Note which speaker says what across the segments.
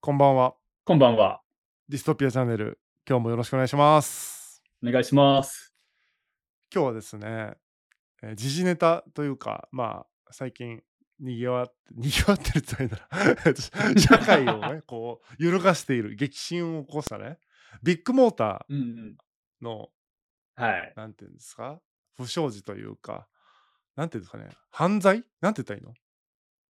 Speaker 1: こんばんは。
Speaker 2: こんばんは。
Speaker 1: ディストピアチャンネル、今日もよろしくお願いします。
Speaker 2: お願いします。
Speaker 1: 今日はですね、えー時事ネタというか、まあ、最近、にぎわって、 にぎわってるって言ったらい いんだなえっと社会をね、こう、揺るがしている、激震を起こしたね、ビッグモータ
Speaker 2: うんう
Speaker 1: ー
Speaker 2: ん。
Speaker 1: の、
Speaker 2: はい。
Speaker 1: なんていうんですか、不祥事というか、なんていうんですかね、犯罪なんて言ったらいいの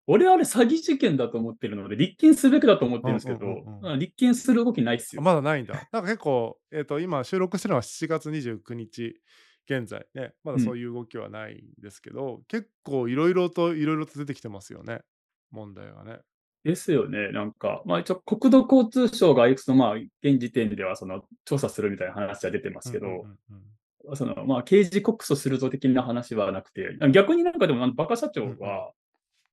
Speaker 2: 俺あれ詐欺事件だと思ってるので、立件すべきだと思ってるんですけど、
Speaker 1: うんうんうんう
Speaker 2: 立件する動きないっす
Speaker 1: あ
Speaker 2: よ。
Speaker 1: まだないんだ。なんか結構、えっ、と、今収録してるのは7月29日現在ね、まだそういう動きはないんですけど、結構いろいろといろいろと出てきてますよね、問題はね。
Speaker 2: ですよね。なんか、まあ一応国土交通省がいくつも、まあ現時点ではその調査するみたいな話は出てますけど、
Speaker 1: うんうんうん
Speaker 2: そのまあ刑事告訴するぞ的な話はなくて、逆になんかでも、バカ社長は、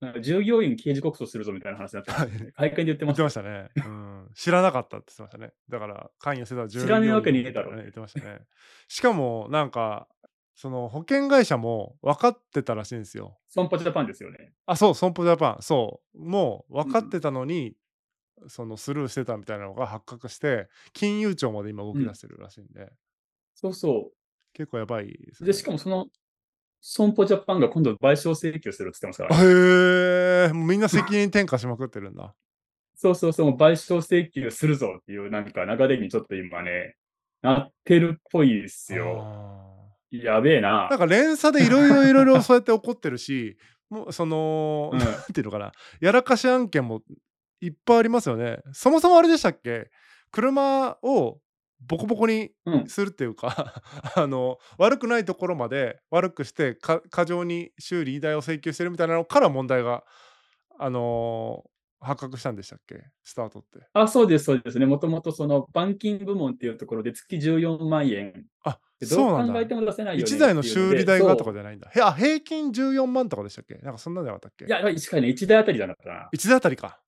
Speaker 2: なんか従業員刑事告訴するぞみたいな話になっ てますよね、会見で言って
Speaker 1: 言
Speaker 2: ま
Speaker 1: っ
Speaker 2: してた。
Speaker 1: ましたね、うん。知らなかったって言ってましたね。だから、関与してた従
Speaker 2: 知らねえわけねえだろ
Speaker 1: 業員みたいなね言ってましたね。しかも、なんか、その保険会社も分かってたらしいんですよ。
Speaker 2: 損保ジャパンですよね。
Speaker 1: あ、そう、損保ジャパン、そう、もう分かってたのに、そのスルーしてたみたいなのが発覚して、金融庁まで今動き出してるらしいんで、
Speaker 2: そうそう。
Speaker 1: 結構やばいです、
Speaker 2: で、しか
Speaker 1: も。
Speaker 2: もその、損保ジャパンが今度賠償請求するって言ってますから、
Speaker 1: へえ、もうみんな責任転嫁しまくってるんだ。
Speaker 2: そうそうそう、もう賠償請求するぞっていうなんか流れにちょっと今ね、なってるっぽいですよ。
Speaker 1: あ
Speaker 2: やべえ
Speaker 1: ー
Speaker 2: な
Speaker 1: なん。か連鎖でいろいろいろいろそうやって怒ってるし、もうその、
Speaker 2: うん
Speaker 1: なんていうのかな、やらかし案件もいっぱいありますよね。そもそもあれでしたっけ車をボコボコに
Speaker 2: うん、
Speaker 1: するっていうか あの悪くないところまで悪くしてか過剰に修理代を請求してるみたいなのから問題が、あのー発覚したんでしたっけスタートって。
Speaker 2: あ、そうです、そうですね。もともとその、板金部門っていうところで月14万円。
Speaker 1: あ
Speaker 2: でど
Speaker 1: そう
Speaker 2: う
Speaker 1: なん
Speaker 2: 考
Speaker 1: だ
Speaker 2: えて。も出せないよねって
Speaker 1: 1
Speaker 2: いうで。
Speaker 1: 台の修理代がと
Speaker 2: そ
Speaker 1: かじゃないんだ。へあ平均14万とかでしたっけなんかそんなんじゃなかったっけ
Speaker 2: う。いや、近いね、1台あたりじゃなかったな。
Speaker 1: 1台あたりか。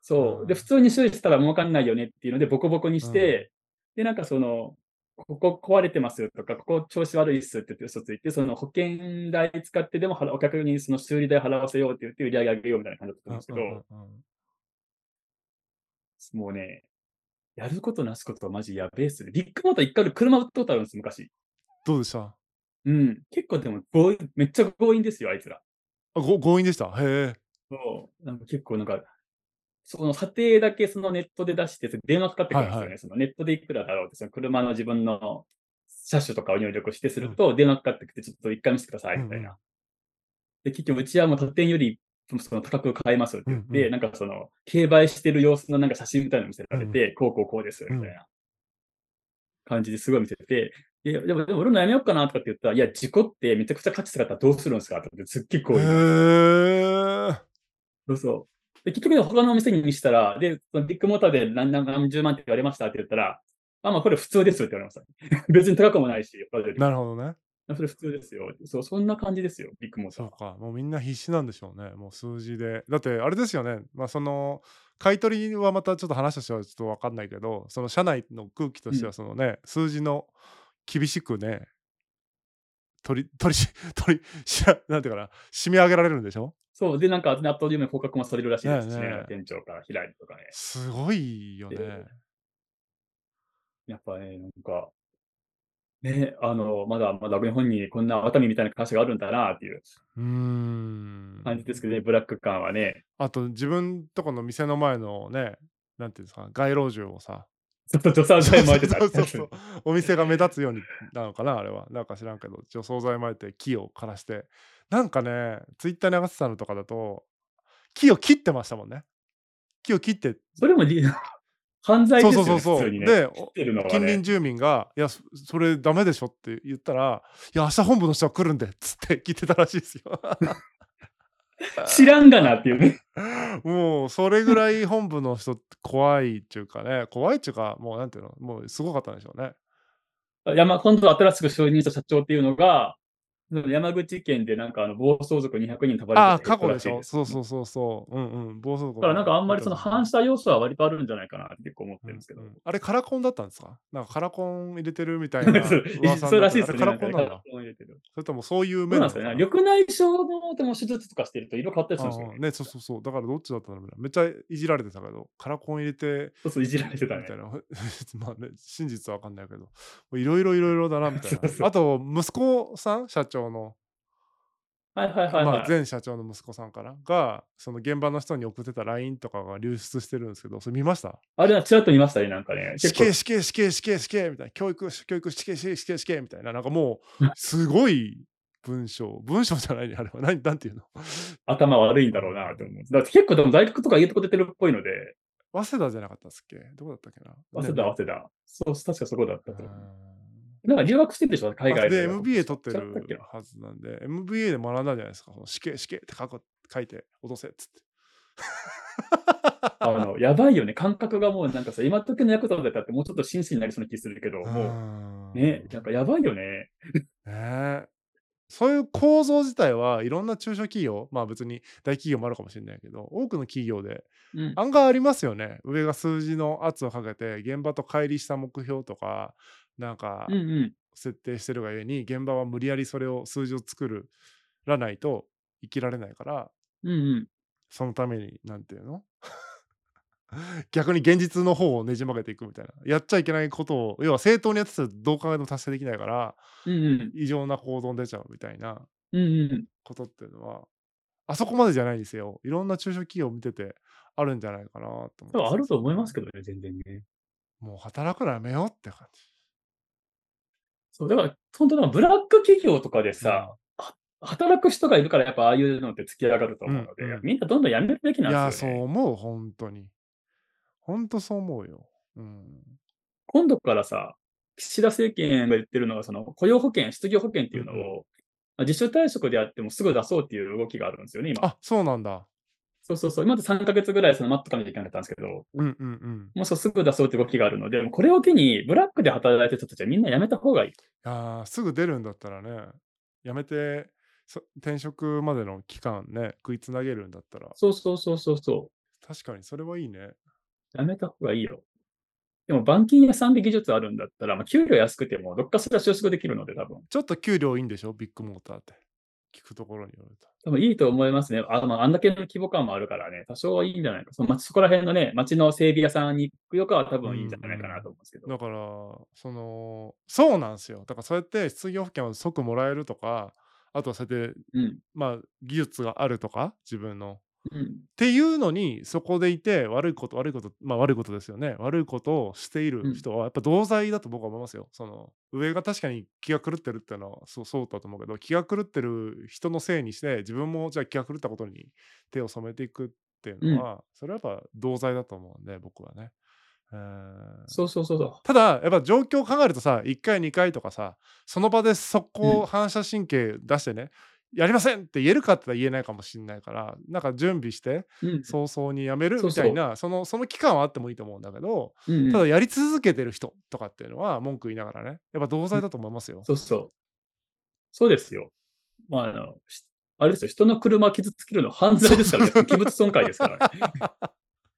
Speaker 2: そう。で、
Speaker 1: うん
Speaker 2: 普通に修理したら儲かんないよねっていうので、ボコボコにして、で、なんかその、ここ壊れてますよとか、ここ調子悪いっすって言って嘘ついて、その保険代使ってでも払お客にその修理代払わせようって言って売り上げ上げようみたいな感じだったと思うんですけ
Speaker 1: う
Speaker 2: ど、
Speaker 1: んうんうん
Speaker 2: もうね、やることなすことはマジやべえっすね。ビッグモーター一回車売ったことあるんです、昔。
Speaker 1: どうでしたあ
Speaker 2: うん。結構でも強引、めっちゃ強引ですよ、あいつら。
Speaker 1: ご強引でした。へえ。
Speaker 2: そう。なんか結構なんか、その査定だけそのネットで出して、電話かかってくるんですよね。
Speaker 1: はいは
Speaker 2: そのネットでいくらだろうって、その車の自分の車種とかを入力してすると、電話かかってきて、ちょっと一回見せてください、みたいな。
Speaker 1: うん
Speaker 2: で、結局、うちはもう他店よりその価格を変えますって言って、
Speaker 1: うんうん
Speaker 2: なんかその、競売してる様子のなんか写真みたいなの見せられて、こうこうこうです、みたいな感じですごい見せて、いやでも、でも俺もやめようかなとかって言ったら、いや、事故ってめちゃくちゃ価値下がったらどうするんですかとかって、すっげえこういう。
Speaker 1: へえ。
Speaker 2: そうそう。で、結局ね、他のお店に見せたら、で、そのビッグモーターで何何何十万って言われましたって言ったら、あ、まあこれ普通ですよって言われました。 別に高くもないし、
Speaker 1: なるほどね。
Speaker 2: それ普通ですよ。そう、そんな感じですよ、ビッグモータ
Speaker 1: そ
Speaker 2: ー
Speaker 1: う。か、もうみんな必死なんでしょうね、もう数字で。だって、あれですよね、まあ、その買い取りはまたちょっと話としてはちょっと分かんないけど、その社内の空気として
Speaker 2: う
Speaker 1: は、そのね、数字の厳しくね、取り、取りし、 取り、しらなんていうかな、締め上げられるんでしょ
Speaker 2: そう、で、なんか、あっという間に降格もされるらしいですし
Speaker 1: ねえ
Speaker 2: ね、
Speaker 1: ねえ
Speaker 2: 店長から開いてとかね。
Speaker 1: すごいよね。
Speaker 2: でやっぱね、なんか、ね、あの、まだまだ日本にこんな熱海みたいな会社があるんだなっていう
Speaker 1: うーん。
Speaker 2: 感じですけどね、ブラック感はね。
Speaker 1: あと、自分とこの店の前のね、なんていうんですか、街路樹をさ、
Speaker 2: ちょっと助産剤巻いてた
Speaker 1: そうそうそうお店が目立つようになのかなあれはなんか知らんけど除草剤巻いて木を枯らしてなんかねツイッターに上がってたのとかだと木を切ってましたもんね木を切って
Speaker 2: それもり 犯罪ですよね、
Speaker 1: そうそうそうそう
Speaker 2: 普通にね。
Speaker 1: で
Speaker 2: 切ってるのはね
Speaker 1: 近隣住民が「いやそそれダメでしょ」って言ったら「いや明日本部の人が来るんで」っつって 切ってたらしいですよ
Speaker 2: 知らんがなっていう ね。
Speaker 1: もうそれぐらい本部の人って怖いっていうかね怖いっていうかもうなんていうのもうすごかったんでしょうね
Speaker 2: いや、まあ、今度新しく就任した社長っていうのが、その山口県でなんかあの暴走族200人束ね
Speaker 1: ああ、
Speaker 2: た
Speaker 1: 過去でし
Speaker 2: そう
Speaker 1: ょ。そうそうそうそう。うんうん。暴走族。
Speaker 2: だからなんかあんまりその反
Speaker 1: し
Speaker 2: 射要素は割とあるんじゃないかなって結構思ってるんですけど。
Speaker 1: あれ、カラコンだったんですかなんかカラコン入れてるみたいな噂
Speaker 2: そう
Speaker 1: になって。
Speaker 2: そうらしいです
Speaker 1: あ
Speaker 2: ね。
Speaker 1: れカラコンなん
Speaker 2: なん
Speaker 1: だ
Speaker 2: か。入れてる
Speaker 1: それともそういう
Speaker 2: そう
Speaker 1: 面
Speaker 2: な
Speaker 1: なんの
Speaker 2: です
Speaker 1: か
Speaker 2: か
Speaker 1: な
Speaker 2: ね。緑内障のでも手術とかしてると色変わったりするんですよ
Speaker 1: あ
Speaker 2: ね
Speaker 1: ー。ね、そうそうそう。だからどっちだったのみたいな。めっちゃいじられてたけど、カラコン入れて、
Speaker 2: そうそう、いじられてた
Speaker 1: み
Speaker 2: ね
Speaker 1: たい。な。 まあね、真実はわかんないけど、もういろいろいろいろだな、みたい
Speaker 2: そうそ
Speaker 1: な。あと、息子さん社長の、
Speaker 2: はいはいはい、はい
Speaker 1: まあ、前社長の息子さんからが、その現場の人に送ってた LINE とかが流出してるんですけど、それ見ました
Speaker 2: あれはちらっと見ましたね、なんかね。
Speaker 1: 死
Speaker 2: 結
Speaker 1: 刑、死刑、
Speaker 2: 構
Speaker 1: 死刑、死刑、死刑みたいな。教育、教育、死刑、死刑、死刑、死刑みたいな。なんかもう、すごい文章。 文章じゃないね、あれは。何、なんていうの
Speaker 2: 頭悪いんだろうなと思う。だって結構でも大学とかいいとこ出てるっぽいので、
Speaker 1: 早稲田じゃなかったっすっけどこだったっけな
Speaker 2: 早稲田、
Speaker 1: ね
Speaker 2: 早稲田。そう、確かそこだった
Speaker 1: う
Speaker 2: と思う。
Speaker 1: ん
Speaker 2: なんか留学してるでしょ、海外
Speaker 1: で MBA 取って
Speaker 2: 違ったっけ
Speaker 1: る
Speaker 2: な
Speaker 1: はずなんで MBA で学んだんじゃないですかその死刑死刑って書く書いて落とせっつって
Speaker 2: あの、やばいよね。感覚がもうなんかさ、今時の役立てたってもうちょっと真摯になりそうな気するけど、も
Speaker 1: も
Speaker 2: う、ね、なんかやばいよね。
Speaker 1: ねえそういう構造自体はいろんな中小企業まあ別に大企業もあるかもしれないけど多くの企業で
Speaker 2: うん。
Speaker 1: 案外ありますよね上が数字の圧をかけて現場と乖離した目標とかなんか
Speaker 2: うんうん。
Speaker 1: 設定してるがゆえに現場は無理やりそれを数字を作らないと生きられないから
Speaker 2: うんうん。
Speaker 1: そのために、なんていうの 逆に現実の方をねじ曲げていくみたいな。やっちゃいけないことを、要は正当にやってたらどう考えても達成できないから、
Speaker 2: うんうん。
Speaker 1: 異常な行動に出ちゃうみたいな
Speaker 2: うんうん。
Speaker 1: ことっていうのは、あそこまでじゃないにせよ、いろんな中小企業を見てて、あるんじゃないかなと思って
Speaker 2: 多分あると思いますけどね、全然ね。
Speaker 1: もう働くのやめようって感じ。
Speaker 2: そう、だから、本当なんかブラック企業とかでさ、は働く人がいるからやっぱああいうのって突き上がると思うので、
Speaker 1: うんうん
Speaker 2: みんなどんどんやめるべき
Speaker 1: い
Speaker 2: なん
Speaker 1: や、
Speaker 2: です
Speaker 1: そ
Speaker 2: よ、ね。
Speaker 1: う思う、本当に。本当そう思うよ。うん。
Speaker 2: 今度からさ、岸田政権が言ってるのが、その雇用保険、失業保険っていうのを、
Speaker 1: うん
Speaker 2: まあ自主退職であってもすぐ出そうっていう動きがあるんですよね、今。
Speaker 1: あ、そうなんだ。
Speaker 2: そうそうそう。今まで3ヶ月ぐらいその待っとかなきゃいけなかったんですけど、
Speaker 1: うんうんうん。
Speaker 2: もうそうすぐ出そうって動きがあるので、もうこれを機に、ブラックで働いてる人たちはみんな辞めた方がいい。
Speaker 1: いやーすぐ出るんだったらね、やめてそ転職までの期間ね、食いつなげるんだったら、
Speaker 2: そうそうそうそうそ
Speaker 1: 確かにそれはいいね。
Speaker 2: う。辞めた方がいいよ。でも、板金屋さんで技術あるんだったら、まあ、給料安くても、どっかしら就職できるので、多分。
Speaker 1: ちょっと給料いいんでしょビッグモーターって。聞くところによると。
Speaker 2: 多分いいと思いますね。あまあ、あんだけの規模感もあるからね、多少はいいんじゃないか。そのまそこら辺のね、町の整備屋さんに行くよかは多分いいんじゃないかなと思うんですけど。
Speaker 1: だから、その、そうなんですよ。だからそうやって失業保険を即もらえるとか、あとはそうやって、
Speaker 2: うん。
Speaker 1: まあ、技術があるとか、自分の。
Speaker 2: うん。
Speaker 1: っていうのにそこでいて悪いこと悪いことまあ悪いことですよね悪いことをしている人はやっぱ同罪だと僕は思いますよ、その上が確かに気が狂ってるってのはそうそうだと思うけど気が狂ってる人のせいにして自分もじゃあ気が狂ったことに手を染めていくっていうのは、それはやっぱ同罪だと思うんで僕はね。うーん
Speaker 2: そうそうそうそ
Speaker 1: ただやっぱ状況を考えるとさ1回2回とかさその場で速
Speaker 2: う
Speaker 1: 攻
Speaker 2: ん
Speaker 1: 反射神経出してね、やりませんって言えるかって言ったら言えないかもしれないからなんか準備して
Speaker 2: う。うん。
Speaker 1: 早々に辞める
Speaker 2: そう
Speaker 1: み
Speaker 2: そう
Speaker 1: たいなそのその期間はあってもいいと思うんだけど、
Speaker 2: うんうん
Speaker 1: ただやり続けてる人とかっていうのは文句言いながらねやっぱ同罪だと思いますよ。
Speaker 2: そうそう。そうですよ。まあ、あの、しあれですよ、人の車傷つけるの犯罪ですからね、器物損壊ですからね。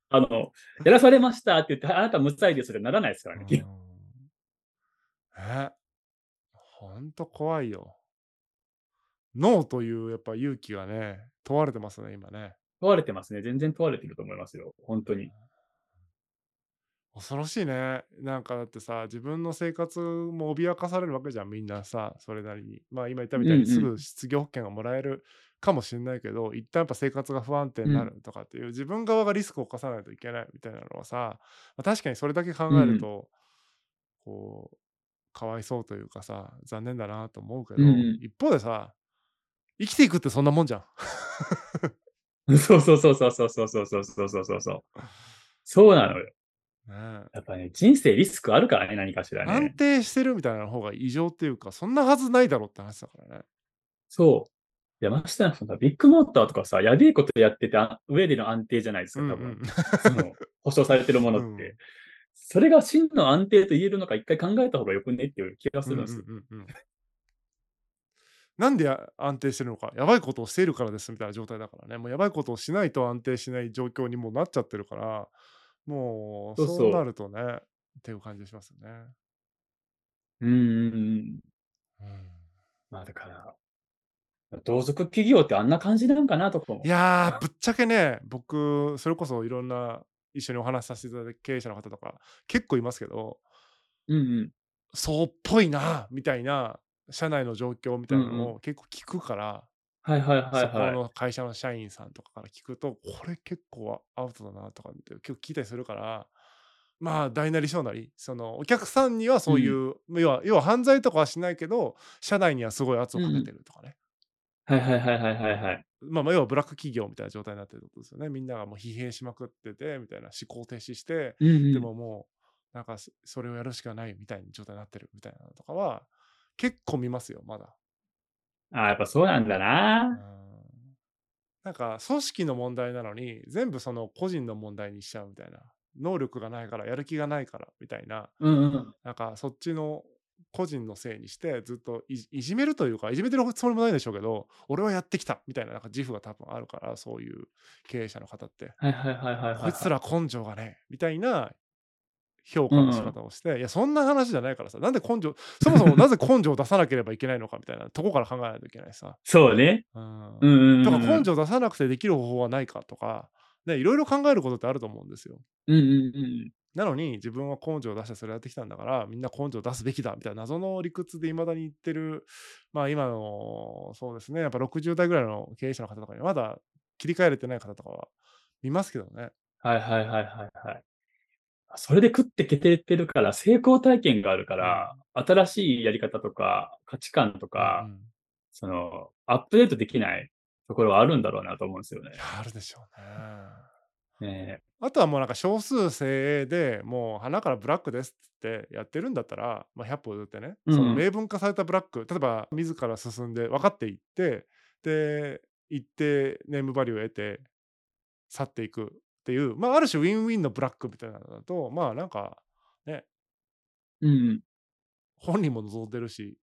Speaker 2: あの、やらされましたって言って、ああなた無罪ですってならないですからね。
Speaker 1: うんえほんと怖いよ。ノーというやっぱ勇気がね問われてますね今ね。
Speaker 2: 問われてますね。全然問われてると思いますよ。本当に。
Speaker 1: 恐ろしいねなんかだってさ自分の生活も脅かされるわけじゃんみんなさそれなりにまあ今言ったみたいに
Speaker 2: うんう
Speaker 1: す
Speaker 2: ん
Speaker 1: ぐ失業保険がもらえるかもしれないけど、一旦やっぱ生活が不安定になるとかっていう、自分側がリスクを犯さないといけないみたいなのはさ、まあ確かにそれだけ考えると、こうかわいそうというかさ残念だなと思うけど、
Speaker 2: うんうん
Speaker 1: 一方でさ生きていくってそんなもんじゃん。
Speaker 2: そうそうそうそうそうそうそうそうそうそうそうそう。そうなのよ。
Speaker 1: ね
Speaker 2: やっぱね、人生リスクあるからね、何かし
Speaker 1: え
Speaker 2: ら
Speaker 1: 安
Speaker 2: ね。
Speaker 1: 定してるみたいな方が異常っていうかそんなはずないだろうって話だからね。
Speaker 2: そう。いや、ましてやそのビッグモーターとかさ、やべえことやってて、あ上での安定じゃないですか、多分。
Speaker 1: うんうん
Speaker 2: その保証されてるものって。
Speaker 1: うん
Speaker 2: それが真の安定と言えるのか、一回考えた方がよくねっていう気がするんですよ。
Speaker 1: うんうんうんうんなんでや安定してるのか、やばいことをしているからですみたいな状態だからね、もうやばいことをしないと安定しない状況にもうなっちゃってるから、もう
Speaker 2: そう
Speaker 1: そう
Speaker 2: そ
Speaker 1: な
Speaker 2: う。
Speaker 1: るとね、っていう感じしますよね。
Speaker 2: うんうんうん。
Speaker 1: うん。
Speaker 2: まあだから、同族企業ってあんな感じなんかなとか
Speaker 1: い
Speaker 2: も。
Speaker 1: や、ぶっちゃけね、僕、それこそいろんな一緒にお話しさせていただいた経営者の方とか、結構いますけど
Speaker 2: うんうん。
Speaker 1: そうっぽいなみたいな、社内の状況み
Speaker 2: う
Speaker 1: たい
Speaker 2: ん
Speaker 1: な
Speaker 2: う
Speaker 1: の
Speaker 2: ん。
Speaker 1: を結構聞くから、
Speaker 2: はいはいはい
Speaker 1: そこ
Speaker 2: はい。
Speaker 1: の会社の社員さんとかから聞くと、これ結構アアウトだなとかって結構聞いたりするから、まあ、大なり小なり、そのお客さんには
Speaker 2: う
Speaker 1: そうい
Speaker 2: ん。
Speaker 1: う、要は要は犯罪とかはしないけど、社内にはすごい圧
Speaker 2: う
Speaker 1: を
Speaker 2: ん
Speaker 1: か
Speaker 2: う
Speaker 1: けて
Speaker 2: ん。
Speaker 1: るとかね。
Speaker 2: はいはいはいはいはいはい。
Speaker 1: まあ、まあ要はブラック企業みたいな状態になってるってことですよね。みんながもう疲弊しまくってて、みたいな思考停止して、
Speaker 2: うんう
Speaker 1: で
Speaker 2: ん。
Speaker 1: ももう、なんかそそれをやるしかないみたいな状態になってるみたいなのとかは、結構見ますよ、まだ。
Speaker 2: ああ、やっぱそうなんだ
Speaker 1: う
Speaker 2: な。
Speaker 1: んなんか組織の問題なのに全部その個人の問題にしちゃうみたいな能力がないからやる気がないからみたいな
Speaker 2: うんうん。
Speaker 1: なんかそっちの個人のせいにしてずっといじいじめるというかいじめてるつもりもないんでしょうけど俺はやってきたみたいななんか自負が多分あるからそういう経営者の方って
Speaker 2: はいはいはいはい
Speaker 1: こ
Speaker 2: はい
Speaker 1: いつ
Speaker 2: は
Speaker 1: ら根性がねみたいな評
Speaker 2: い。う
Speaker 1: 価の
Speaker 2: んう
Speaker 1: 仕
Speaker 2: ん。
Speaker 1: 方をして、いや、そんな話じゃないからさ、なんで根性、そもそもなぜ根性を出さなければいけないのかみたいなとこから考えないといけないしさ。
Speaker 2: そうね。
Speaker 1: う。
Speaker 2: うんん
Speaker 1: とか、
Speaker 2: うんう
Speaker 1: 根
Speaker 2: ん
Speaker 1: 性を出さなくてできる方法はないかとか、ね、いろいろ考えることってあると思うんですよ。
Speaker 2: うん。うんうんうん。
Speaker 1: なのに、自分は根性を出してそれやってきたんだから、みんな根性を出すべきだみたいな謎の理屈で未だに言ってる、まあ今の、そうですね、やっぱ60代ぐらいの経営者の方とかに、まだ切り替えれてない方とかは見ますけどね。
Speaker 2: はいはいはいはいはい。それで食ってけてってるから、成功体験があるか
Speaker 1: うん。
Speaker 2: ら、新しいやり方とか価値観と
Speaker 1: うんう
Speaker 2: か、
Speaker 1: ん。
Speaker 2: その、アップデートできないところはあるんだろうなと思うんですよ
Speaker 1: い
Speaker 2: ね。
Speaker 1: や、あるでしょうね。
Speaker 2: ねえ。
Speaker 1: あとはもうなんか少数精鋭でもう花からブラックですってやってるんだったら、まあ、100歩譲ってね
Speaker 2: う
Speaker 1: その
Speaker 2: ん。
Speaker 1: 明文化されたブラック例えば自ら進んで分かっていってで行ってネームバリューを得て去っていくっていう、まあ、ある種ウィンウィンのブラックみたいなのだとまあなんかね
Speaker 2: うん。
Speaker 1: 本人も望んでるし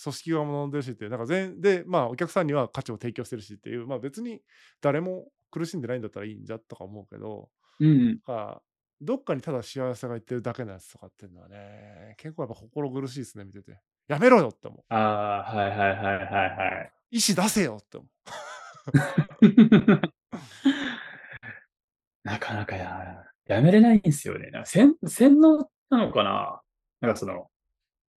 Speaker 1: 組織側も望んでるしっていうなんか全でまあお客さんには価値を提供してるしっていうまあ別に誰も苦しんでないんだったらいいんじゃとか思うけど
Speaker 2: うん。
Speaker 1: なんかどっかにただ幸せがいってるだけのやつとかっていうのはね結構やっぱ心苦しいですね見ててやめろよって思う
Speaker 2: ああ、はいはいはいはいはい。
Speaker 1: 意思出せよって思う
Speaker 2: なかなかや、やめれないんですよね。なんか洗洗脳なのかななんかその、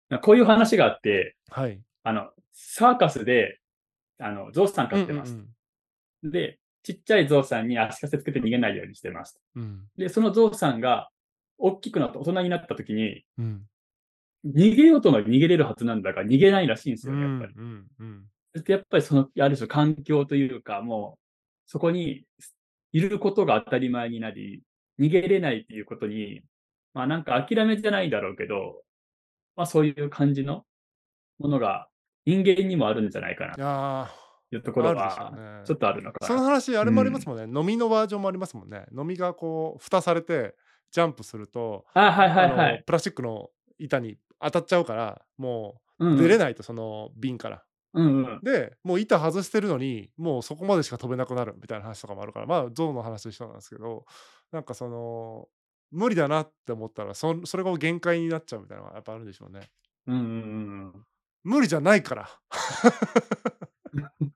Speaker 2: なんかこういう話があって、
Speaker 1: はい
Speaker 2: あの、サーカスで、あの、ゾウさん飼
Speaker 1: うん
Speaker 2: っ
Speaker 1: う
Speaker 2: てます。
Speaker 1: ん
Speaker 2: で、ちっちゃいゾウさんに足かせつけて逃げないようにしてます。
Speaker 1: うんうん
Speaker 2: で、そのゾウさんが大きくなって大人になった時に、
Speaker 1: うん
Speaker 2: 逃げようとも逃げれるはずなんだが、逃げないらしいんです
Speaker 1: う
Speaker 2: よね、やっぱ
Speaker 1: ん
Speaker 2: り。
Speaker 1: うんうん
Speaker 2: そしてやっぱりその、ある種環境というか、もう、そこにいることが当たり前になり、逃げれないっていうことに、まあなんか諦めじゃないだろうけど、まあそういう感じのものが人間にもあるんじゃないかない
Speaker 1: や
Speaker 2: というとこ
Speaker 1: ーあ
Speaker 2: ろ
Speaker 1: るでしょう
Speaker 2: は、ちょ
Speaker 1: ね
Speaker 2: っとあるのか
Speaker 1: その
Speaker 2: な。
Speaker 1: 話あ
Speaker 2: う
Speaker 1: れもあります
Speaker 2: ん。
Speaker 1: もんね飲みのバージョンもありますもんね飲みがこう蓋されてジャンプすると
Speaker 2: あ、はいは
Speaker 1: あ
Speaker 2: いは
Speaker 1: の
Speaker 2: い。
Speaker 1: プラスチックの板に当たっちゃうからも
Speaker 2: う
Speaker 1: うん
Speaker 2: う
Speaker 1: 出れ
Speaker 2: ん。
Speaker 1: ないとその瓶から
Speaker 2: うんうん。
Speaker 1: でもう板外してるのにもうそこまでしか飛べなくなるみたいな話とかもあるからまあゾウの話と一緒なんですけどなんかその無理だなって思ったらそそれが限界になっちゃうみたいなのがやっぱあるんでしょうね
Speaker 2: うんうんうん
Speaker 1: 無理じゃないから
Speaker 2: うん。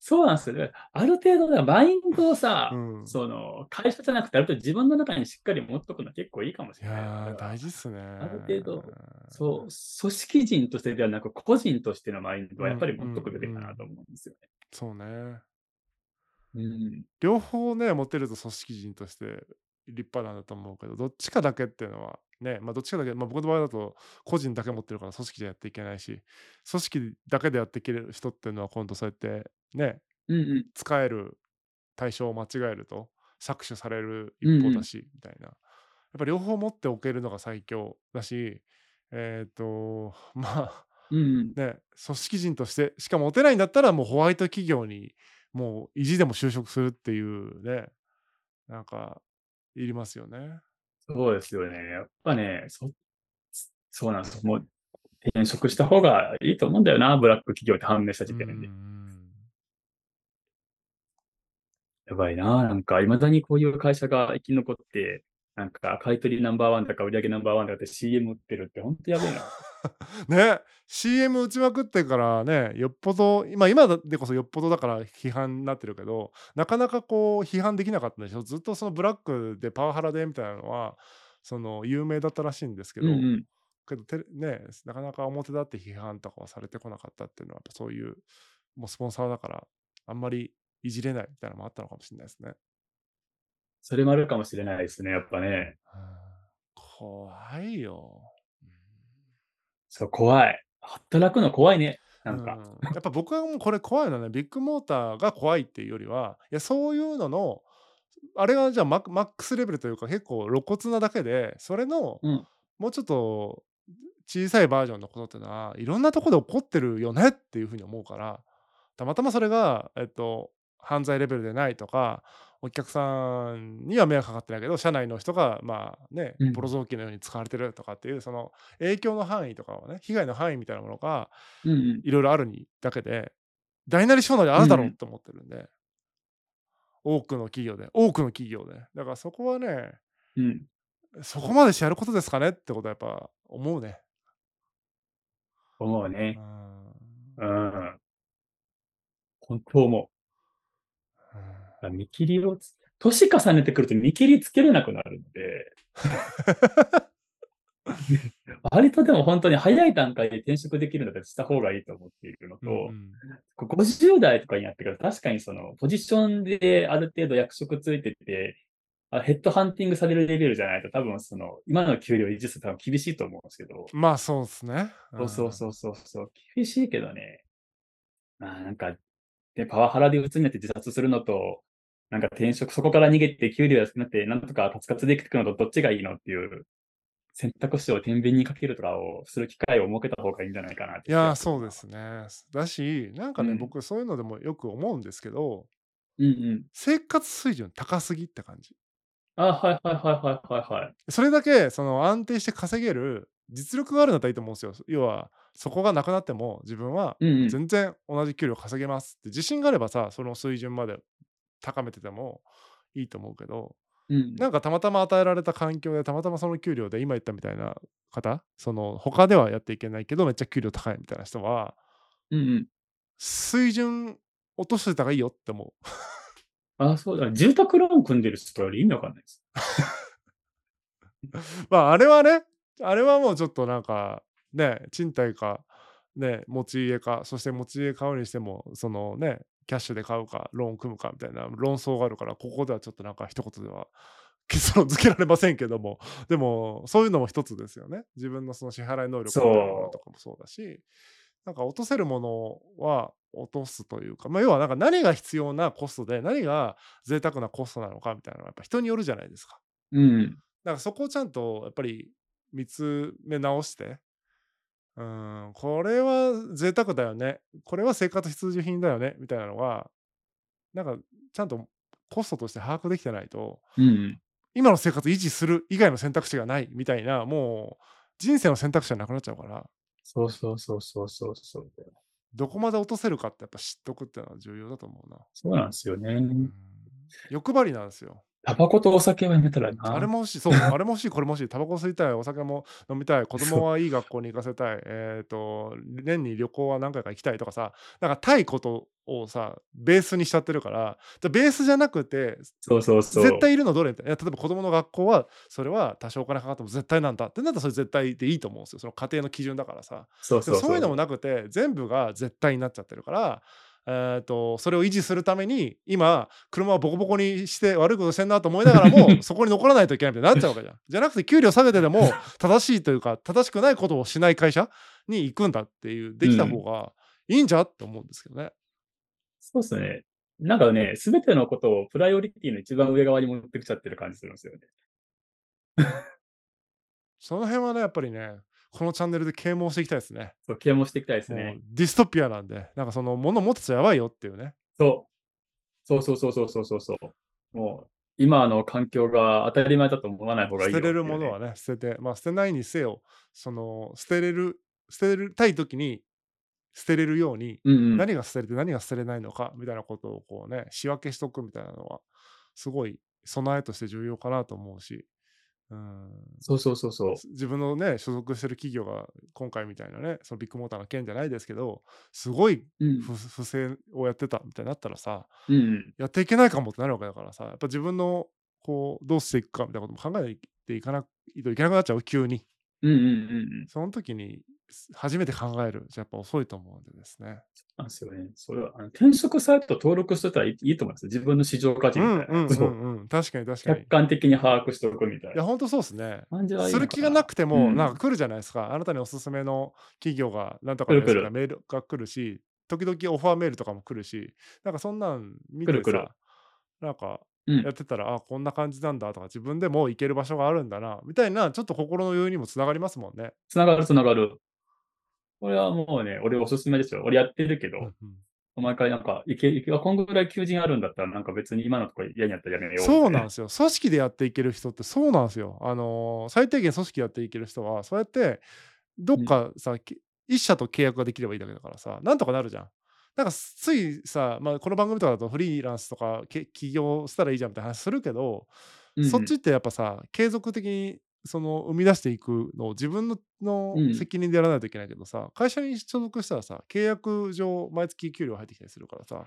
Speaker 2: そうなんですよね。ある程度ね、マインドを
Speaker 1: う
Speaker 2: さ、
Speaker 1: ん
Speaker 2: その、会社じゃなくて、ある程度自分の中にしっかり持っとくのは結構いいかもし
Speaker 1: い
Speaker 2: れないで
Speaker 1: や
Speaker 2: すね。だ
Speaker 1: ー
Speaker 2: から、
Speaker 1: 大事っすね
Speaker 2: ある程度、そう、組織人としてではなく、個人としてのマインド
Speaker 1: う
Speaker 2: はやっぱ
Speaker 1: ん
Speaker 2: り持
Speaker 1: う
Speaker 2: っと
Speaker 1: ん
Speaker 2: くべ
Speaker 1: う
Speaker 2: きかなと
Speaker 1: ん
Speaker 2: 思うんですよね。
Speaker 1: そうね
Speaker 2: うん。
Speaker 1: 両方ね持てると組織人として立派なんだと思うけどどっちかだけっていうのはねまあどっちかだけ、まあ、僕の場合だと個人だけ持ってるから組織じゃやっていけないし組織だけでやっていける人っていうのは今度そうやってね
Speaker 2: うんうん。
Speaker 1: 使える対象を間違えると搾取される一
Speaker 2: うん
Speaker 1: 方
Speaker 2: う
Speaker 1: だ
Speaker 2: ん。
Speaker 1: しみたいなやっぱ両方持っておけるのが最強だしえっ、と まあ
Speaker 2: うんうん。
Speaker 1: ね組織人としてしかも持てないんだったらもうホワイト企業にもう意地でも就職するっていうねなんかいり ますよね。
Speaker 2: そうですよね。やっぱね、そ、そうなんですよ。もう転職した方がいいと思うんだよな、ブラック企業って判明した時点で。
Speaker 1: うん
Speaker 2: やばいな、なんか、未だにこういう会社が生き残って、なんか、買い取りナンバーワンだか、売り上げナンバーワンだかって CM 売ってるって、本当やばいな。
Speaker 1: ね CM 打ちまくってからねよっぽど今今でこそよっぽどだから批判になってるけどなかなかこう批判できなかったんでしょずっとそのブラックでパワハラでみたいなのはその有名だったらしいんですけ
Speaker 2: うん
Speaker 1: ど、
Speaker 2: うん。
Speaker 1: けどテレねなかなか表立って批判とかはされてこなかったっていうのはやっぱそういうもうスポンサーだからあんまりいじれないみたいなのもあったのかもしれないですね。
Speaker 2: それもあるかもしれないですね、やっぱね。
Speaker 1: 怖いよ。
Speaker 2: そう、怖い。働くの怖いね。なんか。
Speaker 1: うんやっぱ僕はもうこれ怖いのはねビッグモーターが怖いっていうよりはいやそういうののあれがじゃあママックスレベルというか結構露骨なだけでそれの、
Speaker 2: うん
Speaker 1: もうちょっと小さいバージョンのことっていうのはいろんなとこで起こってるよねっていうふうに思うからたまたまそれが、えっと、犯罪レベルでないとかお客さんには迷惑かかってないけど社内の人がまあね
Speaker 2: うん
Speaker 1: ボロ雑巾のように使われてるとかっていうその影響の範囲とかはね被害の範囲みたいなものが
Speaker 2: うんうん。
Speaker 1: いろいろあるにだけで大なり小なりあるだろ
Speaker 2: う
Speaker 1: うんと思ってるんで、多くの企業で多くの企業でだからそこはね
Speaker 2: うん。
Speaker 1: そこまでしてやることですかねってことはやっぱ思うね、
Speaker 2: 思う
Speaker 1: う
Speaker 2: ね。
Speaker 1: んうん
Speaker 2: うん。本当思う。見切りをつ、年重ねてくると見切りつけれなくなるん で、割とでも本当に早い段階で転職できるんだったらした方がいいと思っているのと、
Speaker 1: うん
Speaker 2: こう50代とかになってから確かにそのポジションである程度役職ついてて、あヘッドハンティングされるレベルじゃないと多分その今の給料維持するのは厳しいと思うんですけど、
Speaker 1: まあそうですね、
Speaker 2: そうそうそうそうそう、厳しいけどね。まあなんか、でパワハラで鬱になって自殺するのと、なんか転職、そこから逃げて給料安くなって、なんとか活活できていくのとどっちがいいのっていう選択肢を天秤にかけるとかをする機会を設けた方がいいんじゃないかなって。
Speaker 1: いやーそうで。すねだしなんかね、
Speaker 2: うん
Speaker 1: 僕そういうのでもよく思うんですけど
Speaker 2: うんうん。
Speaker 1: 生活水準高すぎって感じ
Speaker 2: あ、はいはいはいはいはいはい。
Speaker 1: それだけその安定して稼げる実力があるんだったらいいと思うんですよ要はそこがなくなっても自分は
Speaker 2: うんうん。
Speaker 1: 全然同じ給料稼げますって自信があればさその水準まで高めててもいいと思うけど
Speaker 2: うん
Speaker 1: なんかたまたま与えられた環境でたまたまその給料で今言ったみたいな方その他ではやっていけないけどめっちゃ給料高いみたいな人は
Speaker 2: うんうん。
Speaker 1: 水準落としてた方がいいよって思う。
Speaker 2: あ、そうだ。住宅ローン組んでる人より意味わかんないです。
Speaker 1: まああれはねあれはもうちょっとなんかね賃貸かね持ち家かそして持ち家買うにしてもそのねキャッシュで買うかローン組むかみたいな論争があるからここではちょっとなんか一言では結論付けられませんけどもでもそういうのも一つですよね自分のその支払い能力みたいなものとかもそうだしなんか落とせるものは落とすというか、まあ、要はなんか何が必要なコストで何が贅沢なコストなのかみたいなのはやっぱ人によるじゃないですか。
Speaker 2: うん。
Speaker 1: なんかそこをちゃんとやっぱり見つめ直して、うん、これは贅沢だよね、これは生活必需品だよね、みたいなのが、なんかちゃんとコストとして把握できてないと、
Speaker 2: うん。
Speaker 1: 今の生活維持する以外の選択肢がないみたいな、もう人生の選択肢がなくなっちゃうから、
Speaker 2: そうそうそうそうそうそう。
Speaker 1: どこまで落とせるかってやっぱ知っとくっていうのは重要だと思うな。
Speaker 2: そうなんですよね。
Speaker 1: うん欲張りなんですよ。
Speaker 2: タバコとお酒はやめたらな。
Speaker 1: あれも欲しい、そう、あれも欲しい、 これも欲しい、タバコ吸いたい、お酒も飲みたい、子供はいい学校に行かせたい、えっ、と、年に旅行は何回か行きたいとかさ、なんかたいことをさ、ベースにしちゃってるから、じゃあベースじゃなくて、
Speaker 2: そうそうそう。
Speaker 1: 絶対いるのどれみたいないや例えば子供の学校は、それは多少お金かかっても絶対なんだってなったらそれ絶対でいいと思うんですよ、その家庭の基準だからさ。
Speaker 2: そう
Speaker 1: で
Speaker 2: そう
Speaker 1: も
Speaker 2: そう。
Speaker 1: そういうのもなくて全部が絶対になっちゃってるから、えー、とそれを維持するために今車をボコボコにして悪いことしてんなと思いながら もそこに残らないといけないみたいになっちゃうわけじゃん。じゃなくて給料下げてで も正しいというか正しくないことをしない会社に行くんだっていうできた方がいいんじゃって思うんですけどね。
Speaker 2: そうですね。なんかね、すべてのことをプライオリティの一番上側に持ってきちゃってる感じするんですよね。
Speaker 1: その辺はねやっぱりねこのチャンネルで啓蒙していきたいですね。
Speaker 2: そう、啓蒙していきたいです
Speaker 1: もう
Speaker 2: ね。
Speaker 1: ディストピアなんでなんかその物持ってちゃやばいよっていうね。
Speaker 2: そう。そうそうそうそうそうそう。もう、今の環境が当たり前だと思わない方がいい
Speaker 1: 捨
Speaker 2: よっててい
Speaker 1: れ
Speaker 2: うね、
Speaker 1: るものはね捨ててまあ捨てないにせよその捨てれる捨てるたい時に捨てれるように、
Speaker 2: うんうん。
Speaker 1: 何が捨てれて何が捨てれないのかみたいなことをこうね仕分けしとくみたいなのはすごい備えとして重要かなと思うし、うん、
Speaker 2: そうそうそうそう。
Speaker 1: 自分のね所属してる企業が今回みたいなねそのビッグモーターの件じゃないですけどすごい
Speaker 2: うん。
Speaker 1: 不不正をやってたみたいになったらさ
Speaker 2: うんうん。
Speaker 1: やっていけないかもってなるわけだからさやっぱ自分のこうどうしていくかみたいなことも考えていかないといけなくなっちゃう急に
Speaker 2: うんうんうんうん。
Speaker 1: その時にす初めて考えるじゃやっぱ遅いと思うんでですね。
Speaker 2: なんですよね。それは、あの転職サイト登録してたらいいいいと思います。自分の市場価値
Speaker 1: う
Speaker 2: み
Speaker 1: ん
Speaker 2: たいな。
Speaker 1: うんう
Speaker 2: そう。
Speaker 1: んうん確かに確かに
Speaker 2: 客。観的に把握しておくみたい
Speaker 1: いや
Speaker 2: な。
Speaker 1: 本当そうですね。
Speaker 2: 感じはいい
Speaker 1: す
Speaker 2: のか
Speaker 1: る気がなくても、
Speaker 2: うん
Speaker 1: なんか来るじゃないですか。あなたにおすすめの企業がなんとか
Speaker 2: 来
Speaker 1: で
Speaker 2: る
Speaker 1: す
Speaker 2: 来る
Speaker 1: みたいなメールが来るし、時々オファーメールとかも来るし、なんかそんなん見てさ、
Speaker 2: 来る来る
Speaker 1: なんか
Speaker 2: うん
Speaker 1: やってたら、あ、こんな感じなんだとか、自分でも行ける場所があるんだな、みたいな、ちょっと心の余裕にもつながりますもんね。
Speaker 2: つながるつながる。これはもうね、俺おすすめですよ。俺やってるけど、
Speaker 1: うんうん
Speaker 2: 毎回なんか、いけ、いけ、あこんぐらい求人あるんだったら、なんか別に今のところ嫌になったらやめよう。
Speaker 1: そうなん
Speaker 2: み
Speaker 1: ですよ。組織でやっていける人ってそうなんですよ。あのー最低限組織やっていける人は、そうやってどっかさ、き一社と契約ができればいいだけだからさ、なんとかなるじゃん。なんかついさ、まあ、この番組とかだとフリーランスとかけ起業したらいいじゃんみたいな話するけど、
Speaker 2: たいな、
Speaker 1: そっちってやっぱさ継続的にその生み出していくのを自分のの
Speaker 2: うん
Speaker 1: 責任でやらないといけないけどさ、会社に所属したらさ契約上毎月給料入ってきたりするからさ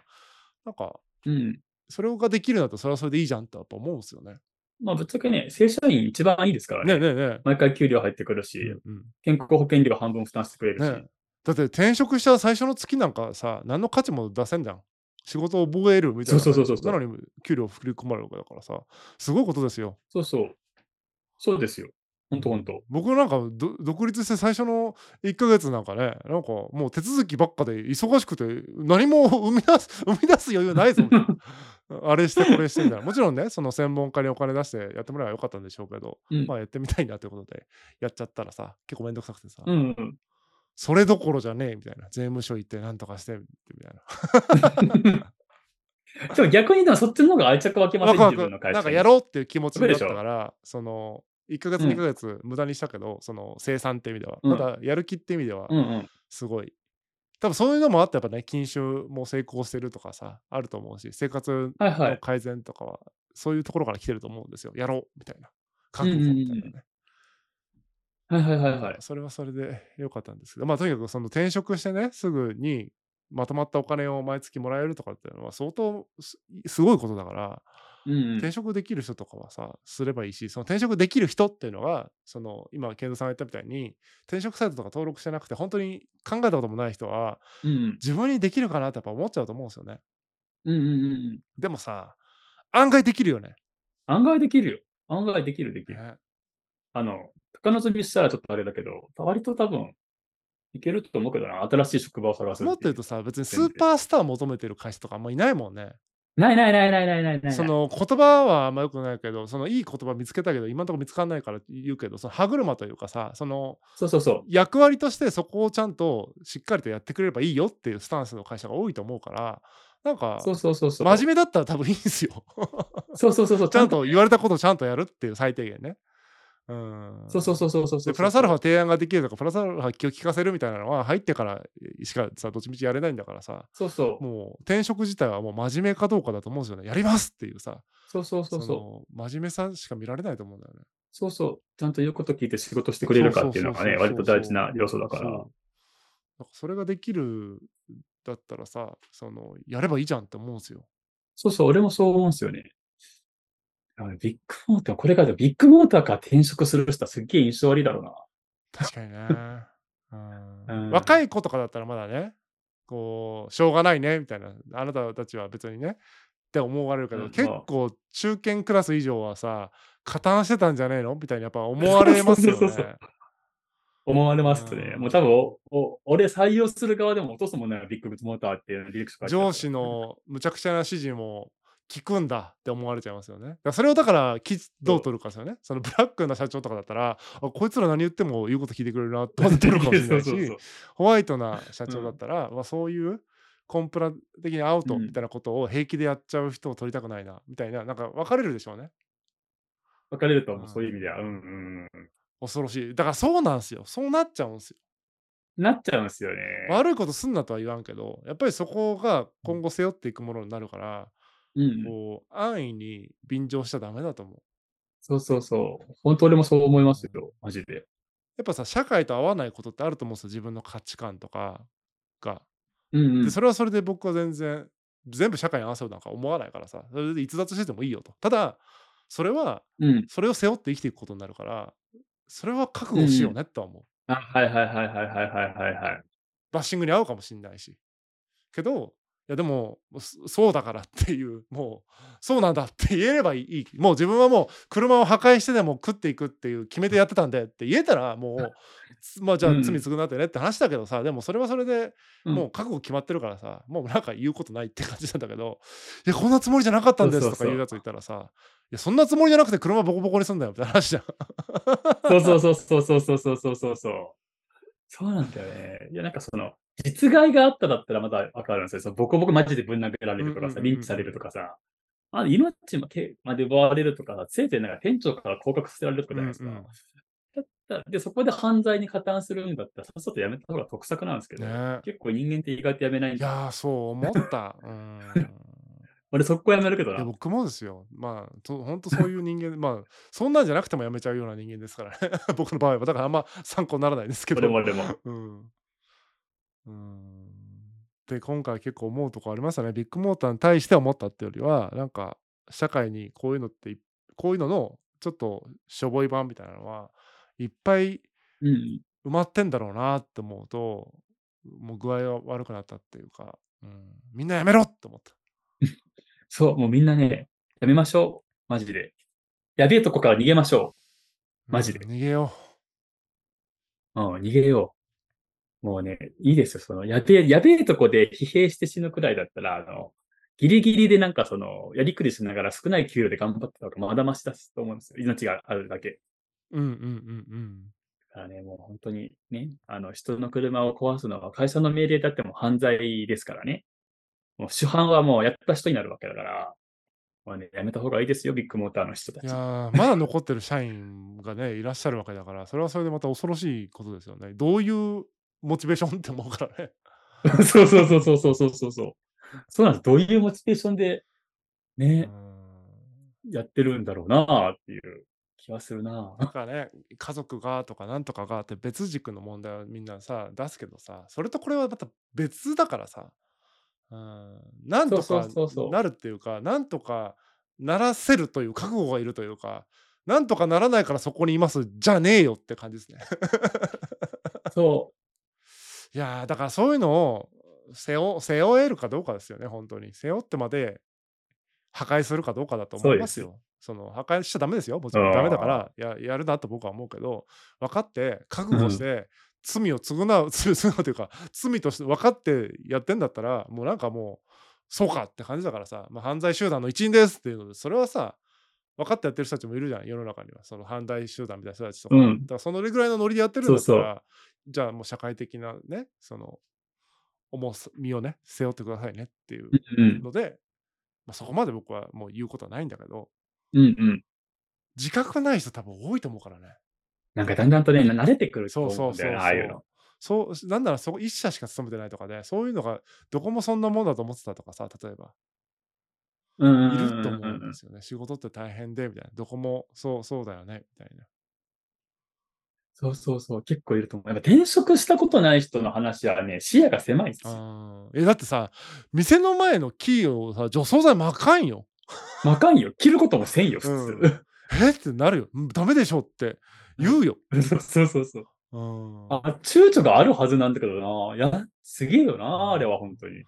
Speaker 1: なんか
Speaker 2: うん。うん。
Speaker 1: それができるんだったらそれはそれでいいじゃんってやっぱ思うんですよね。
Speaker 2: まあ、ぶっちゃけね、正社員一番いいですから
Speaker 1: ねえ
Speaker 2: ね。
Speaker 1: ねえね
Speaker 2: 毎回給料入ってくる
Speaker 1: え
Speaker 2: し、
Speaker 1: うんうん
Speaker 2: 健康保険料半分負担してくれるし。
Speaker 1: ねえだって転職した最初の月なんかさ何の価値も出せんじゃん仕事を覚えるみたいな
Speaker 2: そうそうそうそう
Speaker 1: なのに給料振り込まれるわけだからさすごいことですよ
Speaker 2: そうそう。そうですよ。ほんとほんと。
Speaker 1: 僕なんかど独立して最初の1ヶ月なんかねなんかもう手続きばっかで忙しくて何も 生み出す生み出す余裕ないぞみ たいなあれしてこれしてみたいなもちろんねその専門家にお金出してやってもらえばよかったんでしょうけど、
Speaker 2: うん
Speaker 1: まあやってみたいなということでやっちゃったらさ結構めんどくさくてさ、
Speaker 2: うんうん。
Speaker 1: それどころじゃねえみたいな税務署行ってなんとかしてみたいな
Speaker 2: でも逆にでもそっちの方が愛着湧きません、
Speaker 1: ワ
Speaker 2: 自
Speaker 1: クワ
Speaker 2: 分
Speaker 1: ク
Speaker 2: の会社に。
Speaker 1: なんかやろうっていう気持ち
Speaker 2: そ
Speaker 1: に
Speaker 2: う
Speaker 1: な
Speaker 2: で
Speaker 1: っ
Speaker 2: したょ
Speaker 1: から、その、1ヶ月、
Speaker 2: うん
Speaker 1: 2ヶ月無駄にしたけど、その生産って意味では、
Speaker 2: うん
Speaker 1: ただやる気って意味では
Speaker 2: う、んうん。
Speaker 1: すごい。多分そういうのもあって、やっぱね、禁酒も成功してるとかさ、あると思うし、生活
Speaker 2: はいは
Speaker 1: の
Speaker 2: い。
Speaker 1: 改善とかは、そういうところから来てると思うんですよ。やろうみたいな。覚悟みたいなね。
Speaker 2: はいはいはいはい。
Speaker 1: それはそれで良かったんですけど、まあとにかくその転職してね、すぐにまとまったお金を毎月もらえるとかっていうのは相当すすごいことだから、
Speaker 2: うんうん
Speaker 1: 転職できる人とかはさすればいいしその転職できる人っていうのがその今健三さんが言ったみたいに転職サイトとか登録してなくて本当に考えたこともない人は
Speaker 2: うん
Speaker 1: 自分にできるかなってやっぱ思っちゃうと思うんですよね
Speaker 2: うんうんうんうん。
Speaker 1: でもさ案外できるよね
Speaker 2: 案外できるよ。案外できるできる。
Speaker 1: ね
Speaker 2: あの、高望みしたらちょっとあれだけど、割と多分、いけると思うけどな、新しい職場を探す。
Speaker 1: もっと言うと、さ別にスーパースター求めてる会社とかあんまいないもんね
Speaker 2: ないないないないないないない。
Speaker 1: そ、の言葉はあんま良くないけどそのいい言葉見つけたけど今のところ見つかんないから言うけどその歯車というかさその
Speaker 2: そうそうそう。
Speaker 1: 役割としてそこをちゃんとしっかりとやってくれればいいよっていうスタンスの会社が多いと思うからなんか
Speaker 2: そうそうそうそう。
Speaker 1: 真面目だったら多分いいんですよ
Speaker 2: そうそうそうそ う。
Speaker 1: ちゃんと言われたことをちゃんとやるっていう最低限ねうん
Speaker 2: そうそうそうそうそうそう。
Speaker 1: でプラスアルファ提案ができるとかプラスアルファ気を利かせるみたいなのは入ってからしかさどっちみちやれないんだからさ
Speaker 2: そうそう。
Speaker 1: もう転職自体はもう真面目かどうかだと思うんですよねやりますっていうさ
Speaker 2: そうそうそうそう。
Speaker 1: の真面目さしか見られないと思うんだよね
Speaker 2: そうそう。ちゃんと言うこと聞いて仕事してくれるかっていうのがね、
Speaker 1: そうそう
Speaker 2: 割
Speaker 1: そうそう
Speaker 2: と大事な要素だから。
Speaker 1: そうなんかそれができるだったらさそのやればいいじゃんって思うんですよ。
Speaker 2: そうそう、俺もそう思うんですよね。あのビッグモーター、これからビッグモーターから転職する人はすっげえ印象悪いだろうな。
Speaker 1: 確かにね、う
Speaker 2: うん
Speaker 1: ん。若い子とかだったらまだねこうしょうがないねみたいなあなたたちは別にねって思われるけど、
Speaker 2: うん
Speaker 1: 結構中堅クラス以上はさ加担してたんじゃねえのみたいにやっぱ思われますよ
Speaker 2: そうそうそう
Speaker 1: ね。
Speaker 2: 思われますとね。
Speaker 1: うん
Speaker 2: もう多分おお、俺採用する側でも落とすもんね、ビッグモーターっていう履歴書書いてある
Speaker 1: 上司。のむちゃくちゃな指示も聞くんだって思われちゃいますよね。だからそれをだからきどう取るかですよね。そのブラックな社長とかだったら、あこいつら何言っても言うこと聞いてくれるなって思ってるかもしれない
Speaker 2: そうそう
Speaker 1: し
Speaker 2: そう、
Speaker 1: ホワイトな社長だったら、まあ、そういうコンプラ的にアウト
Speaker 2: うん
Speaker 1: みたいなことを平気でやっちゃう人を取りたくないなみたいな、なんか分かれるでしょうね。
Speaker 2: 分かれると思
Speaker 1: う
Speaker 2: う、
Speaker 1: ん
Speaker 2: そういう意味では。うんうんうん。
Speaker 1: 恐ろしい。だからそうなんですよ。そうなっちゃうんですよ。
Speaker 2: なっちゃうんですよね。
Speaker 1: 悪いことすんなとは言わんけどやっぱりそこが今後背負っていくものになるから
Speaker 2: うん。
Speaker 1: こう安易に便乗しちゃダメだと思う
Speaker 2: そうそうそう。本当俺もそう思いますよ。マジで。
Speaker 1: やっぱさ社会と合わないことってあると思うんですよ自分の価値観とかが
Speaker 2: うん、うん
Speaker 1: で。それはそれで僕は全然全部社会に合わせようなんか思わないからさそれで逸脱しててもいいよとただそれは
Speaker 2: うん。
Speaker 1: それを背負って生きていくことになるからそれは覚悟しようねとは思う、
Speaker 2: あ、はいはいはいはいはいはいはいはい。
Speaker 1: バッシングに合うかもしれないしけどいやでもそそうだからっていうもうそうなんだって言えればいいもう自分はもう車を破壊してでも食っていくっていう決めてやってたんでって言えたらもう つまあじゃあ
Speaker 2: うん
Speaker 1: 罪償ってねって話だけどさ、でもそれはそれで
Speaker 2: うん
Speaker 1: もう覚悟決まってるからさ、もうなんか言うことないって感じなんだけど「いやこんなつもりじゃなかったんです」
Speaker 2: そう
Speaker 1: とか
Speaker 2: そうそう
Speaker 1: 言うやついたらさ「いやそんなつもりじゃなくて車ボコボコにすんだよ」みたいな話じゃん。
Speaker 2: そうそうそうそうそうそうそうそうそう。そうなんだよね。いや、なんかその、実害があっただったらまだわかるんですよ。そのボコボコマジでぶん殴られるとか
Speaker 1: うんうんうん
Speaker 2: さ、
Speaker 1: うん
Speaker 2: リンチされるとかさ、あ命までまで奪われるとかさ、せいぜいなんか店長から降格させられるとかじゃないですか。
Speaker 1: うんうん
Speaker 2: だったらで、そこで犯罪に加担するんだったら、さっさとやめた方が得策なんですけど、
Speaker 1: ね
Speaker 2: 結構人間って意外とやめないん
Speaker 1: い
Speaker 2: だ。
Speaker 1: やーそう思った。うん
Speaker 2: 俺、速攻やめるけど
Speaker 1: いや
Speaker 2: な。
Speaker 1: 僕もですよ。まあ、と本当そういう人間で、まあ、そんなんじゃなくてもやめちゃうような人間ですからね。 僕の場合は。だからあんま参考にならないですけど。
Speaker 2: 俺も俺も。
Speaker 1: うん。うん。で、今回結構思うとこありましたね。ビッグモーターに対して思ったってよりは、なんか、社会にこういうのってい、こういうのの、ちょっとしょぼい版みたいなのは、いっぱい
Speaker 2: うん。
Speaker 1: 埋まってんだろうなって思うと、もう具合が悪くなったっていうか、うん、みんなやめろって思った。
Speaker 2: そう、もうみんなね、やめましょう。マジで。やべえとこから逃げましょう。マジで
Speaker 1: うん逃げよ
Speaker 2: うん、逃げよう。もうね、いいですよ。その、やべえ、やべえとこで疲弊して死ぬくらいだったら、あの、ギリギリでなんかその、やりくりしながら少ない給料で頑張ってたとか、まだましだしと思うんですよ。命があるだけ。
Speaker 1: う。うんうんうんうん。
Speaker 2: だからね、もう本当にね、あの、人の車を壊すのは会社の命令だっても犯罪ですからね。もう主犯はもうやった人になるわけだから、まあね、やめた方がいいですよ、ビッグモーターの人た
Speaker 1: い
Speaker 2: ち。
Speaker 1: やーまだ残ってる社員がねいらっしゃるわけだからそれはそれでまた恐ろしいことですよねどういうモチベーションって思うからね
Speaker 2: そうそうそうそうそうそうそうそう。そうなんです。どういうモチベーションで、ね、
Speaker 1: うん
Speaker 2: やってるんだろうなっていう気はす るな
Speaker 1: だからね家族がとかなんとかがって別軸の問題をみんなさ出すけどさそれとこれはまた別だからさうんなんと
Speaker 2: そう
Speaker 1: か
Speaker 2: そうそうそう
Speaker 1: なるっていうかなんとかならせるという覚悟がいるというかなんとかならないからそこにいますじゃねえよって感じですね
Speaker 2: そ
Speaker 1: いやーだからそういうのを背負背負えるかどうかですよね本当に背負ってまで破壊するかどうかだと思いますよその破壊しちゃダメですよもちろ
Speaker 2: あ
Speaker 1: ん
Speaker 2: ー
Speaker 1: ダメだからややるなと僕は思うけど分かって覚悟して罪を償う、罪を償うというか罪として分かってやってんだったらもうなんかもうそうかって感じだからさ、まあ、犯罪集団の一員ですっていうのでそれはさ分かってやってる人たちもいるじゃん世の中にはその犯罪集団みたいな人たちとか、
Speaker 2: うん
Speaker 1: だからそのぐらいのノリでやってるんだったら
Speaker 2: そうそ
Speaker 1: じゃあもう社会的なねその重さ身をね背負ってくださいねっていう
Speaker 2: う。うん。
Speaker 1: ので、まあ、そこまで僕はもう言うことはないんだけど
Speaker 2: うんうん。
Speaker 1: 自覚がない人多分多いと思うからね
Speaker 2: なんかだんだんとね、な慣れてくると
Speaker 1: そう
Speaker 2: 思
Speaker 1: そううんそ
Speaker 2: だ
Speaker 1: う
Speaker 2: よ
Speaker 1: そう
Speaker 2: な、ああいうの。
Speaker 1: そうしなんならそこ一社しか勤めてないとかでそういうのがどこもそんなもんだと思ってたとかさ例えば
Speaker 2: うんうん
Speaker 1: い
Speaker 2: うん
Speaker 1: ると思
Speaker 2: う
Speaker 1: うんんですよね、仕事って大変でみたいなどこもそうそうだよねみたいな
Speaker 2: そうそうそう、結構いると思う。やっぱ転職したことない人の話はね、視野が狭いですよ。
Speaker 1: あーえだってさ店の前のキーをさ除草剤まかんよ
Speaker 2: まかんよ。切ることもせんよ、普通。
Speaker 1: えってなるよんダメでしょって言うよ、
Speaker 2: そうそうそうそう。
Speaker 1: うん
Speaker 2: あ、躊躇があるはずなんだけどな。いや、すげえよな、あれは本当に。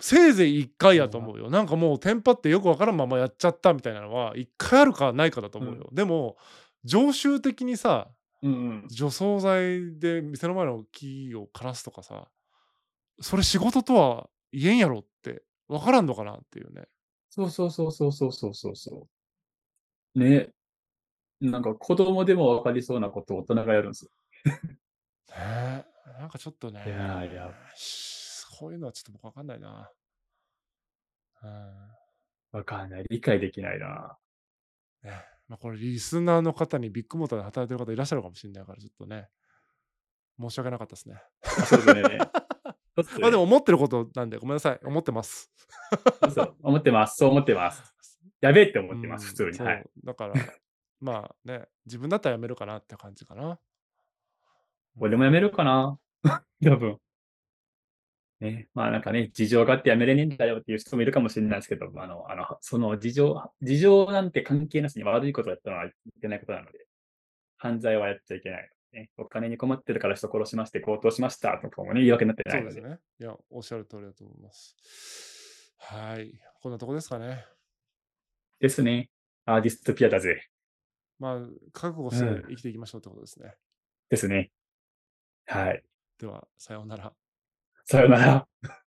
Speaker 1: せいぜい1回やと思うよなんかもうテンパってよくわからんままやっちゃったみたいなのは1回あるかないかだと思うよ、でも常習的にさ
Speaker 2: うんうん。
Speaker 1: 除草剤で店の前の木を枯らすとかさそれ仕事とは言えんやろってわからんのかなっていうね
Speaker 2: そうそうそうそうそうそうそうそう。ね。なんか子供でもわかりそうなことを大人がやるんですよ。
Speaker 1: ねえなんかちょっとね
Speaker 2: いやーやっ
Speaker 1: しこういうのはちょっと僕わかんないな、うん
Speaker 2: わかんない。理解できないな。
Speaker 1: まあ、これリスナーの方にビッグモーターで働いてる方いらっしゃるかもしれないからちょっとね申し訳なかったですね。
Speaker 2: あそうです ね。そうですね
Speaker 1: まあでも思ってることなんでごめんなさい。思ってます。
Speaker 2: そう思ってます。そう思ってます。やべえって思ってます、
Speaker 1: うん
Speaker 2: 普通に。
Speaker 1: そう
Speaker 2: はい。
Speaker 1: だから、まあね、自分だったらやめるかなって感じか な。
Speaker 2: 俺もやめるかな 多分。ね、まあなんかね、事情があってやめれねえんだよっていう人もいるかもしれないですけど、あの、あの、その事情、事情なんて関係なしに悪いことやったのはいけないことなので、犯罪はやっちゃいけない。ね、お金に困ってるから人殺しまして、強盗しましたとかもね、言い訳になってな
Speaker 1: そ
Speaker 2: いうの
Speaker 1: です
Speaker 2: で。
Speaker 1: ね。いや、おっしゃる通りだと思います。はい。こんなとこですかね。
Speaker 2: ですね。アーティストピアだぜ。
Speaker 1: まあ、覚悟して
Speaker 2: うん
Speaker 1: 生きていきましょうってことですね。
Speaker 2: ですね。はい。
Speaker 1: では、さようなら。
Speaker 2: さよなら。